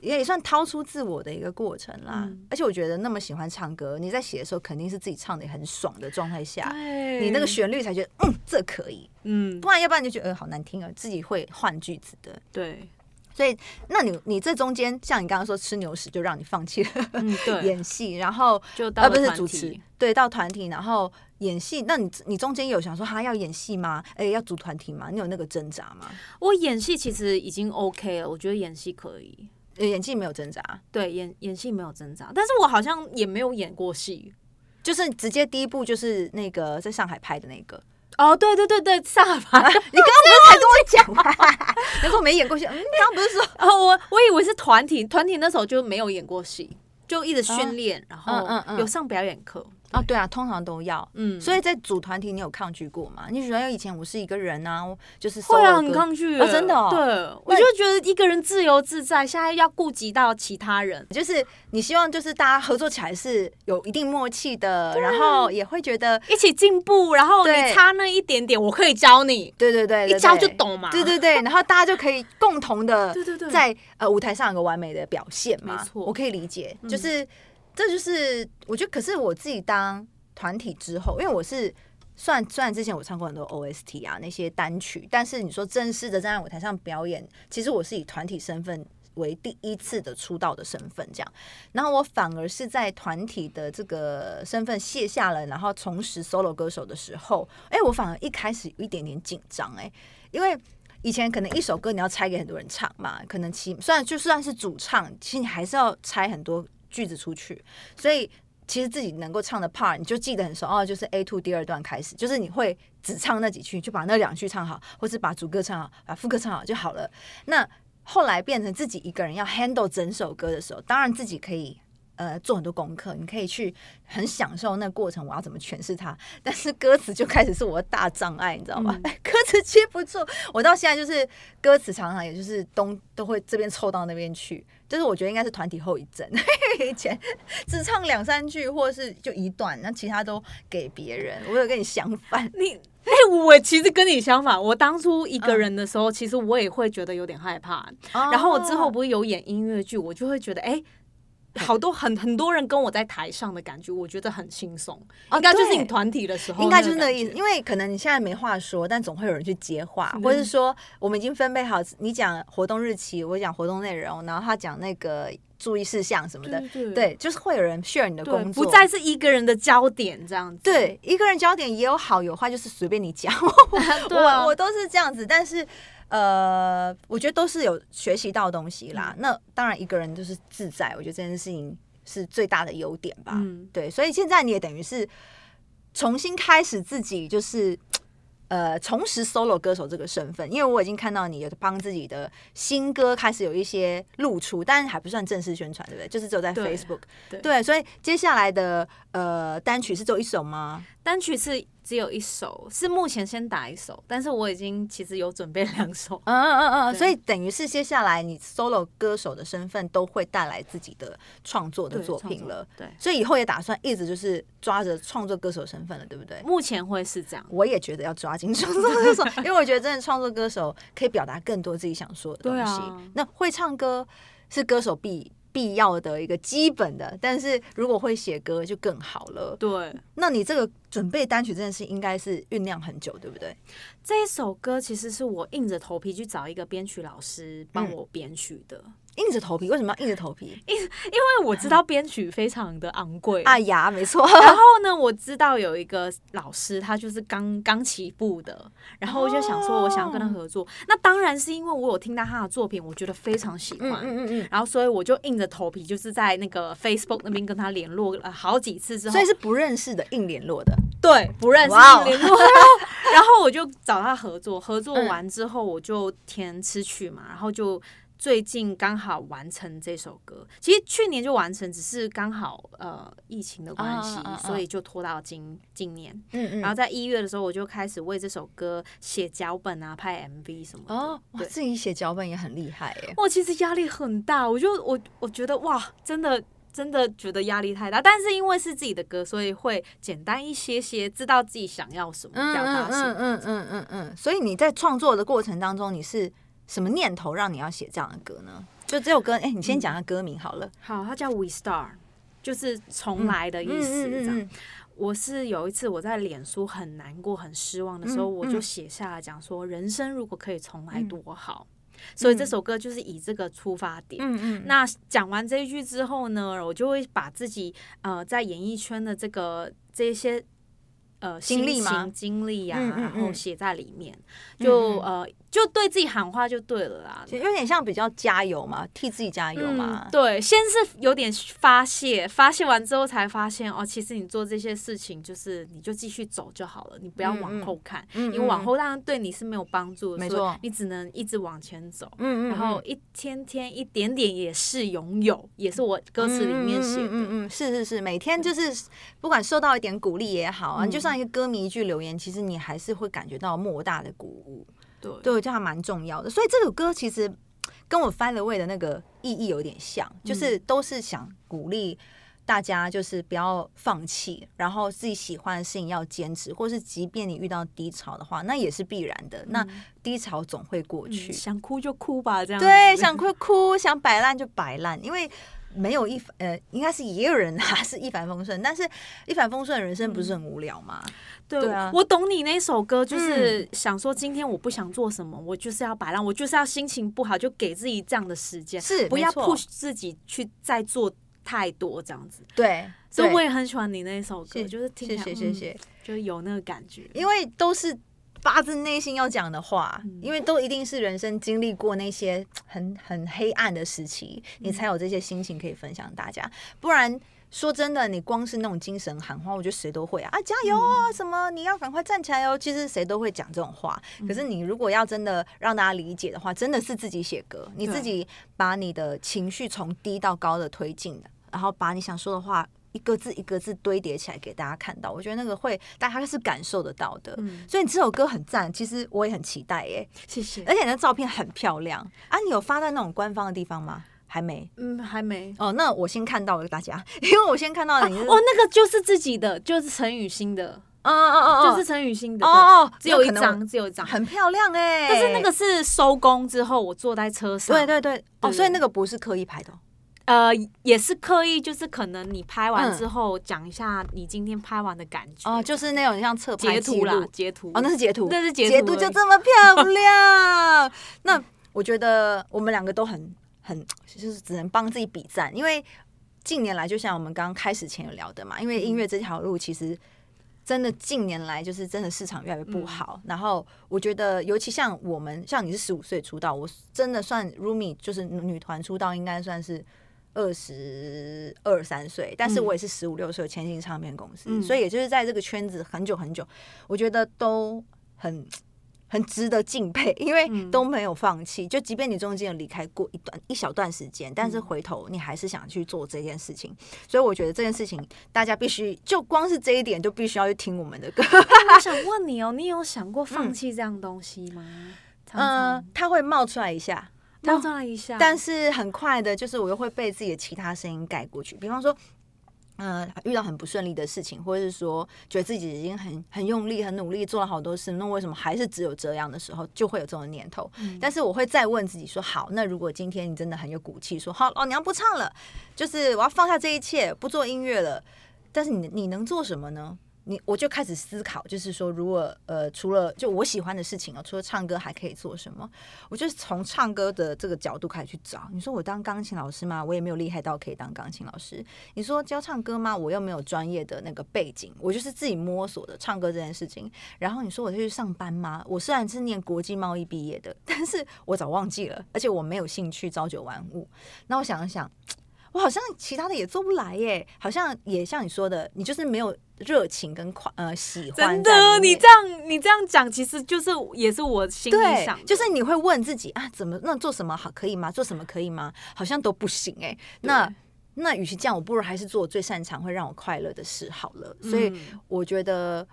也也算掏出自我的一个过程啦。嗯而且我觉得那么喜欢唱歌，你在写的时候肯定是自己唱的很爽的状态啊下，对你那个旋律才觉得嗯这可以，嗯不然要不然你就觉得呃好难听啊，自己会换句子的。对所以，那你你这中间像你刚刚说吃牛屎就让你放弃了嗯 对，演戏，然后就到呃了不是团主体持，对，到团体然后演戏，那你你中间有想说哈要演戏吗？哎、要组团体吗？你有那个挣扎吗？我演戏其实已经 OK 了，我觉得演戏可以。呃演技没有挣扎，对，演演戏没有挣扎，但是我好像也没有演过戏。就是直接第一部就是那个在上海拍的那个，哦，对对对对，上海。你刚刚不是才跟我讲吗？难怪我没演过戏。嗯，刚刚不是说 哦，我我以为是团体，团体那时候就没有演过戏，就一直训练，然嗯后嗯有上表演课。啊？对啊，通常都要。嗯，所以以在组团体，你有抗拒过吗？你觉得以前我是一个人啊，我就是会啊， solo 很歌抗拒耶、哦真的哦对，那我就觉得一个人自由自在，现在要顾及到其他人。就是你希望就是大家合作起来是有一定默契的，然后也会觉得一起进步，然后对你差那一点点，我可以教你。对对对，对一教对就懂嘛对对对，然后大家就可以共同的对对对在呃舞台上有个完美的表现嘛。没错嗯我可以理解，就是、这就是我觉得，可是我自己当团体之后，因为我是。算虽然之前我唱过很多 OST 啊那些单曲，但是你说正式的站在舞台上表演，其实我是以团体身份为第一次的出道的身份这样。然后我反而是在团体的这个身份卸下了，然后重拾 solo 歌手的时候，哎，我反而一开始有一点点紧张，哎，因为。以前可能一首歌你要拆给很多人唱嘛，可能其虽然就算是主唱，其实你还是要拆很多句子出去，所以其实自己能够唱的 part 你就记得很熟哦，就是 A two 第二段开始，就是你会只唱那几句，就把那两句唱好，或是把主歌唱好，把副歌唱好就好了。那后来变成自己一个人要 handle 整首歌的时候，当然自己可以。呃，做很多功课，你可以去很 享受那过程，我要怎么诠释它。但是歌词就开始是我的大障碍，你知道吗？嗯歌词接不住。我到现在就是歌词常常也就是东都会这边凑到那边去，就是我觉得应该是团体后遗症。 以前只唱两三句或是就一段，那其他都给别人。我有跟你相反，你哎、我其实跟你相反，我当初一个人的时候，其实我也会觉得有点害怕。哦然后我之后不是有演音乐剧，我就会觉得哎。好多很很多人跟我在台上的感觉，我觉得很轻松，哦应该就是对你团体的时候，应该就是那个意思，因因为可能你现在没话说，但总会有人去接话，嗯或者是说我们已经分配好，你讲活动日期，我讲活动内容，然后他讲那个注意事项什么的，对对对，就是会有人 share 你的对，工作，不再是一个人的焦点这样子。对一个人焦点也有好有坏，就是随便你讲， 对啊我我都是这样子，但是。呃，我觉得都是有学习到东西啦。嗯那当然，一个人就是自在，我觉得这件事情是最大的优点吧。嗯对，所以现在你也等于是重新开始自己，就是呃，重拾 solo 歌手这个身份。因为我已经看到你有帮自己的新歌开始有一些露出，但还不算正式宣传，对不对？就是只有在对 Facebook。对所以接下来的呃单曲是只有一首吗？单曲是只有一首，是目前先打一首，但是我已经其实有准备两首。嗯嗯嗯嗯。对所以等于是接下来你 solo 歌手的身份都会带来自己的创作的对作创品作了。对所以以后也打算一直就是抓着创作歌手身份了，对不对？目前会是这样，我也觉得要抓紧创作歌手， 因为我觉得真的创作歌手可以表达更多自己想说的东西。对啊那会唱歌是歌手必必要的一个基本的，但是如果会写歌就更好了。对。那你这个准备单曲这件事应该是酝酿很久，对不对？这一首歌其实是我硬着头皮去找一个编曲老师帮嗯我编曲的，硬着头皮，为什么要硬着头皮？因为我知道编曲非常的昂贵。啊呀，没错，然后呢，我知道有一个老师，他就是刚刚起步的，然后我就想说，我想要跟他合作。那当然是因为我有听到他的作品，我觉得非常喜欢。嗯嗯嗯嗯，然后，所以我就硬着头皮，就是在那个 Facebook 那边跟他联络了好几次之 后，所以是不认识的硬联络的，对，不认识哇哦联络，然后 然后我就找他合作，合嗯作完之后我就填词曲嘛，然后就最近刚好完成这首歌，其实去年就完成，只是刚好呃疫情的关系啊啊啊啊所以就拖到今今年。嗯然后。在一月的时候，我就开始为这首歌写脚本啊、拍 MV 什么的。哦，哇，对自己写脚本也很厉害耶。我其实压力很大，我就我我觉得哇，真的真的觉得压力太大。但是因为是自己的歌，所以会简单一些些，知道自己想要什么，表达什么。嗯嗯嗯嗯。所以你在创作的过程当中，你是什么念头让你要写这样的歌呢？就这首歌，哎、你先讲下歌名好了。好，它叫 We Star，就是重来的意思。这样，嗯嗯嗯我是有一次我在脸书很难过、很失望的时候，嗯我就嗯写下来讲说，人生如果可以重来多好。所以这首歌就是以这个出发点。嗯嗯那讲完这一句之后呢，我就会把自己呃在演艺圈的这个这些呃经历吗心情经历呀、嗯嗯然嗯后写在里面，就嗯呃就对自己喊话就对了啦。其实有点像比较加油嘛，替自己加油嘛。嗯？对，先是有点发泄，发泄完之后才发现哦，其实你做这些事情就是你就继续走就好了，你不要嗯往嗯后看，嗯因为往后当然对你是没有帮助的，没所以错你只能一直往前走。嗯然后一天天一点点也是拥有，也是我歌词里面写嗯嗯的。嗯嗯，是是是，每天就是不管受到一点鼓励也好啊，嗯就像一个歌迷一句留言，其实你还是会感觉到莫大的鼓舞。对，对，我觉得还蛮重要的。所以这首歌其实跟我《Find the Way》的那个意义有点像，嗯就是都是想鼓励大家，就是不要放弃，然后自己喜欢的事情要坚持，或是即便你遇到低潮的话，那也是必然的。那低潮总会过嗯去，想哭就哭吧，这样对，子想哭哭，想摆烂就摆烂，因为。没有一呃，应该是也有人啊， 是一帆风顺，但是一帆风顺的人生嗯不是很无聊吗？对对啊我懂你那首歌，就是想说今天我不想做什么，我就是要摆烂，我就是要心情不好，就给自己这样的时间，是不要没错 push 自己去再做太多这样子。对，所以对我也很喜欢你那首歌，谢就是听谢起谢来谢嗯谢。就是有那个感觉。因为都是发自内心要讲的话，嗯因为都一定是人生经历过那些很很黑暗的时期，你才有这些心情可以分享大家。不然说真的，你光是那种精神喊话，我觉得谁都会啊，啊加油哦，什么你要赶快站起来哦，其实谁都会讲这种话。可是你如果要真的让大家理解的话，真的是自己写歌，你对自己把你的情绪从低到高的推进的，然后把你想说的话。一一个字一个字堆叠起来给大家看到，我觉得那个会大家是感受得到的。嗯，所以你这首歌很赞，其实我也很期待耶、谢谢。而且你的照片很漂亮啊！你有发在那种官方的地方吗？还没嗯，还没。哦，那我先看到了大家， 因为我先看到啊你是， 哦，那个就是自己的，就是陈雨欣的，哦哦哦，就是陈雨欣的，哦哦，对只有一那可能张，只有一张。很漂亮哎、但是那个是收工之后，我坐在车上，对对对哦，对所以那个不是刻意拍的哦，呃，也是刻意，就是可能你拍完嗯之后讲一下你今天拍完的感觉哦，就是那种像侧拍截记图啦录，，截图哦，那是截图，那是截截图图就而已这么 漂亮。那我觉得我们两个都很很，就是只能帮自己比赞，因为近年来就像我们刚刚开始前有聊的嘛，因为音乐嗯这条路其实。真的近年来就是真的市场越来越嗯不好，然后我觉得尤其像我们，像你是十五岁出道，我真的算 Rumi 就是女团出道应该算是二十二三岁，但是嗯我也是十五六岁签进唱片公司，嗯所以也就是在这个圈子很久很久，我觉得都很很值得敬佩，因为嗯都没有放弃。就即便你中间有离开过一段一小段时间，但是嗯回头你还是想去做这件事情，所以我觉得这件事情大家必须就光是这一点就必须要去听我们的歌。我想问你哦，你有想过放弃这样东西吗？常嗯，常 它会冒出来一下，当中了一下，哦但是很快的，就是我又会被自己的其他声音盖过去。比方说，呃，遇到很不顺利的事情，或者是说觉得自己已经很很用力、很努力做了好多事，那为什么还是只有这样的时候，就会有这种念头。嗯但是我会再问自己说，好，那如果今天你真的很有骨气，说好，老娘不唱了，就是我要放下这一切，不做音乐了。但是你你能做什么呢？你我就开始思考，就是说，如果呃，除了就我喜欢的事情哦，除了唱歌还可以做什么？我就是从唱歌的这个角度开始去找。你说我当钢琴老师吗？我也没有厉害到可以当钢琴老师。你说教唱歌吗？我又没有专业的那个背景，我就是自己摸索的唱歌这件事情。然后你说我去上班吗？我虽然是念国际贸易毕业的，但是我早忘记了，而且我没有兴趣朝九晚五。那我想一想，我好像其他的也做不来耶，好像也像你说的，你就是没有热情跟快呃喜欢真在里面。的，你这样你这样讲，其实就是也是我心里想对，的，就是你会问自己啊，怎么那做什么好可以吗？做什么可以吗？好像都不行哎、那那与其这样，我不如还是做我最擅长、会让我快乐的事好了。所以嗯我觉得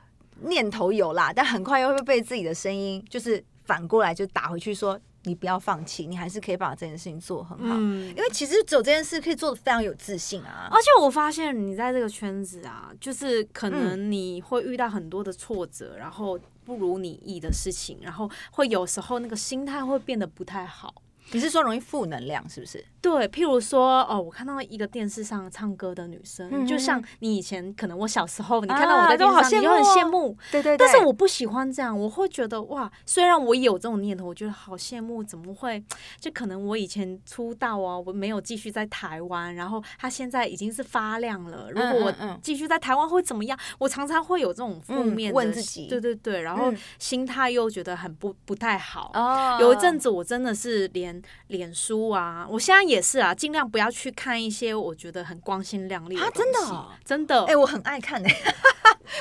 念头有啦，但很快又会被自己的声音就是反过来就打回去说，你不要放弃，你还是可以把这件事情做很好。嗯因为其实只有这件事可以做的非常有自信啊。而且我发现你在这个圈子啊，就是嗯可能你会遇到很多的挫折，然后不如你意的事情，然后会有时候那个心态会变得不太好。你是说容易负能量是不是？对，譬如说，哦，我看到一个电视上唱歌的女生，嗯就像你以前可能我小时候，你看到啊我在对电我视好上，你羡就很慕哦羡慕。对对但是我不喜欢这样，我会觉得哇，虽然我也有这种念头，我觉得好羡慕，怎么会？就可能我以前出道啊，我没有继续在台湾，然后他现在已经是发亮了。如嗯果嗯嗯我继续在台湾会怎么样？我常常会有这种负嗯面的、问自己对对对，然后嗯心态又觉得很不不太好。哦有一阵子我真的是连脸书啊，我现在也是啊，尽量不要去看一些我觉得很光鲜亮丽啊东真的西哦真的。哎、我很爱看哎、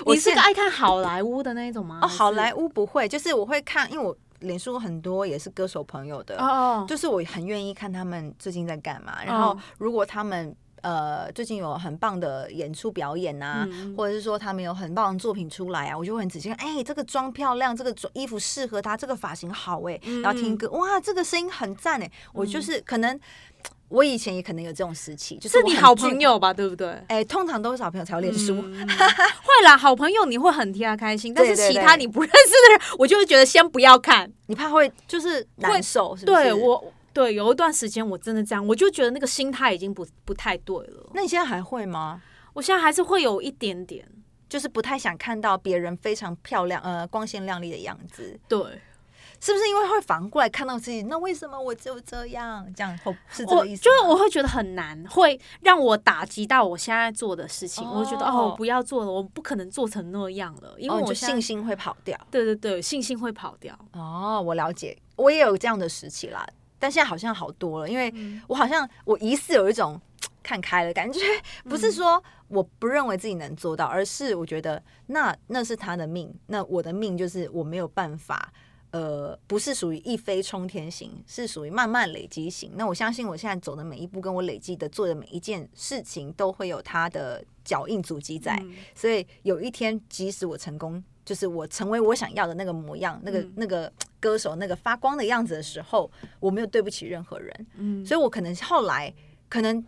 我你是现个爱看好莱坞的那一种吗？哦，好莱坞坞不会，就是我会看，因为我脸书很多也是歌手朋友的，哦，就是我很愿意看他们最近在干嘛。然后哦如果他们呃最近有很棒的演出表演啊，嗯或者是说他们有很棒的作品出来啊，我就会很仔细看，哎、这个妆漂亮，这个妆衣服适合他，这个发型好哎、嗯然后听歌，哇，这个声音很赞哎、我就是可能我以前也可能有这种时期，就是是我你很好惧朋。友吧，对不对？哎、通常都是好朋友才有脸书，嗯会啦，好朋友你会很替他开心，但是对对其对他你不认识的人，我就会觉得先不要看。你怕会就是难受，是不是？对我，对有一段时间我真的这样，我就觉得那个心态已经不不太对了。那你现在还会吗？我现在还是会有一点点，就是不太想看到别人非常漂亮、呃光鲜亮丽的样子，对是不是因为会反过来看到自己？那为什么我只有这样？这样后是这我个意思就吗？是我会觉得很难，会让我打击到我现在做的事情。我会觉得哦哦，我不要做了，我不可能做成那样了，因为哦你我就现在信心会跑掉。对对对，信心会跑掉。哦，我了解，我也有这样的时期啦，但现在好像好多了，因为我好像我疑似有一种看开了感觉，不是说我不认为自己能做到，而是我觉得那那是他的命，那我的命就是我没有办法。呃，不是属于一飞冲天型，是属于慢慢累积型。那我相信我现在走的每一步，跟我累积的做的每一件事情，都会有它的脚印足迹在。嗯所以有一天，即使我成功，就是我成为我想要的那个模样，那个、嗯那个歌手那个发光的样子的时候，我没有对不起任何人。嗯，所以我可能后来，可能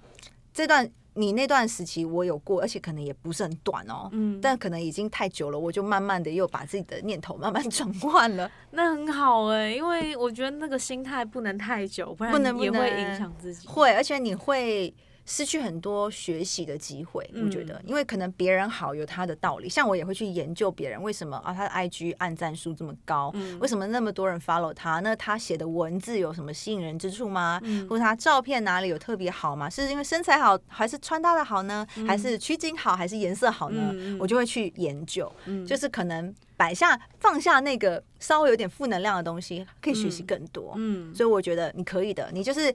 这段你那段时期我有过，而且可能也不是很短哦。嗯，但可能已经太久了，我就慢慢的又把自己的念头慢慢 转换了。那很好哎、因为我觉得那个心态不能太久，不然不能不也会能影响自己。会，而且你会失去很多学习的机会。我觉得嗯，因为可能别人好有他的道理，像我也会去研究别人为什么啊，他的 IG 按赞数这么高，嗯为什么那么多人 follow 他？那他写的文字有什么吸引人之处吗？嗯或者他照片哪里有特别好吗？是因为身材好，还是穿搭的好呢？还是取景好，还是颜色好呢？嗯嗯嗯我就会去研究，嗯就是可能摆下放下那个稍微有点负能量的东西，可以学习嗯更多。嗯，所以我觉得你可以的，你就是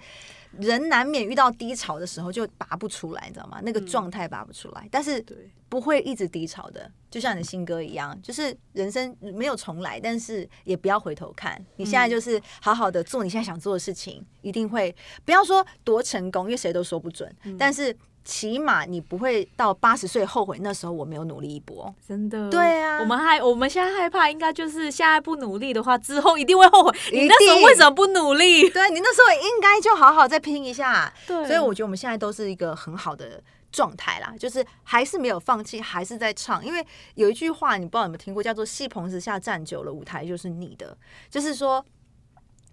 人难免遇到低潮的时候就拔不出来，你知道吗？那个状态拔不出来，但是对，不会一直低潮的，就像你的新歌一样，就是人生没有重来，但是也不要回头看。你现在就是好好的做你现在想做的事情，一定会不要说多成功，因为谁都说不准，但是起码你不会到八十岁后悔那时候我没有努力一搏。真的，对啊我们害我们现在害怕，应该就是现在不努力的话，之后一定会后悔。一你那时候定为什么不努力？对你那时候应该就好好再拼一下，对所以我觉得我们现在都是一个很好的状态啦，就是还是没有放弃，还是在唱。因为有一句话，你不知道有没有听过，叫做“戏棚子下站久了，舞台就是你的”，就是说。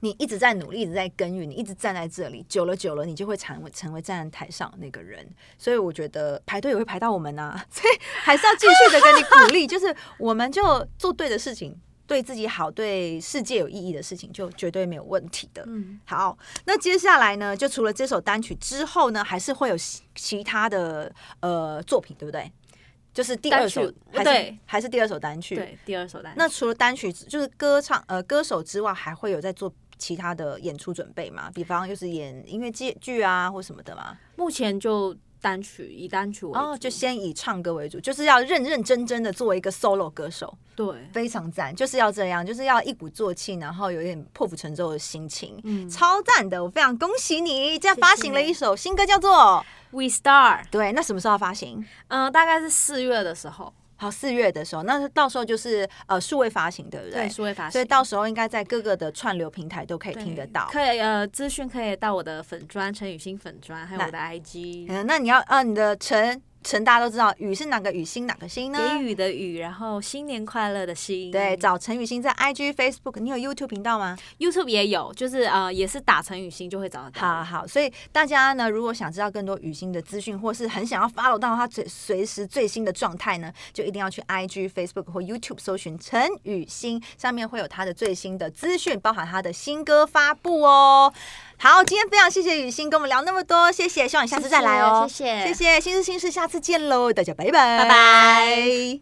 你一直在努力，一直在耕耘，你一直站在这里，久了久了，你就会成为成为站在台上那个人。所以我觉得排队也会排到我们呐、 所以还是要继续的跟你鼓励，就是我们就做对的事情，对自己好，对世界有意义的事情，就绝对没有问题的。嗯好，那接下来呢，就除了这首单曲之后呢，还是会有其其他的呃作品，对不对？就是第二首还是单曲，对还是第二首单曲。，对，第二首单曲。那除了单曲，就是歌唱呃歌手之外，还会有在做其他的演出准备吗？比方就是演音乐剧剧啊或什么的吗？目前就单曲以单曲为主，哦，就先以唱歌为主，就是要认认真真的作为一个 solo 歌手，对，非常赞，就是要这样，就是要一鼓作气，然后有点破釜沉舟的心情。嗯超赞的，我非常恭喜你！这样谢发行了一首新歌，叫做，We Star， 《对》。那什么时候要发行？嗯、大概是四月的时候，好，四月的时候，那到时候就是呃数位发行，对不对？对，是会发行，所以到时候应该在各个的串流平台都可以听得到。可以呃，资讯可以到我的粉砖陈雨欣粉砖，还有那我的 IG。嗯，那你要呃你的陈陈大家都知道，雨是哪个雨星哪个星呢？给予的予，然后新年快乐的新，对，找陈雨欣在 IG、Facebook，你有 YouTube 频道吗？ YouTube 也有，就是呃，也是打成雨欣就会找得到。好好，所以大家呢，如果想知道更多雨欣的资讯，或是很想要 follow 到她最随时最新的状态呢，就一定要去 IG、Facebook 或 YouTube 搜寻陈雨欣，上面会有她的最新的资讯，包含她的新歌发布哦。好，今天非常谢谢雨欣跟我们聊那么多，谢谢，希望你下次再来哦，谢谢谢谢谢，新事新事，下次见喽，大家拜拜，拜拜。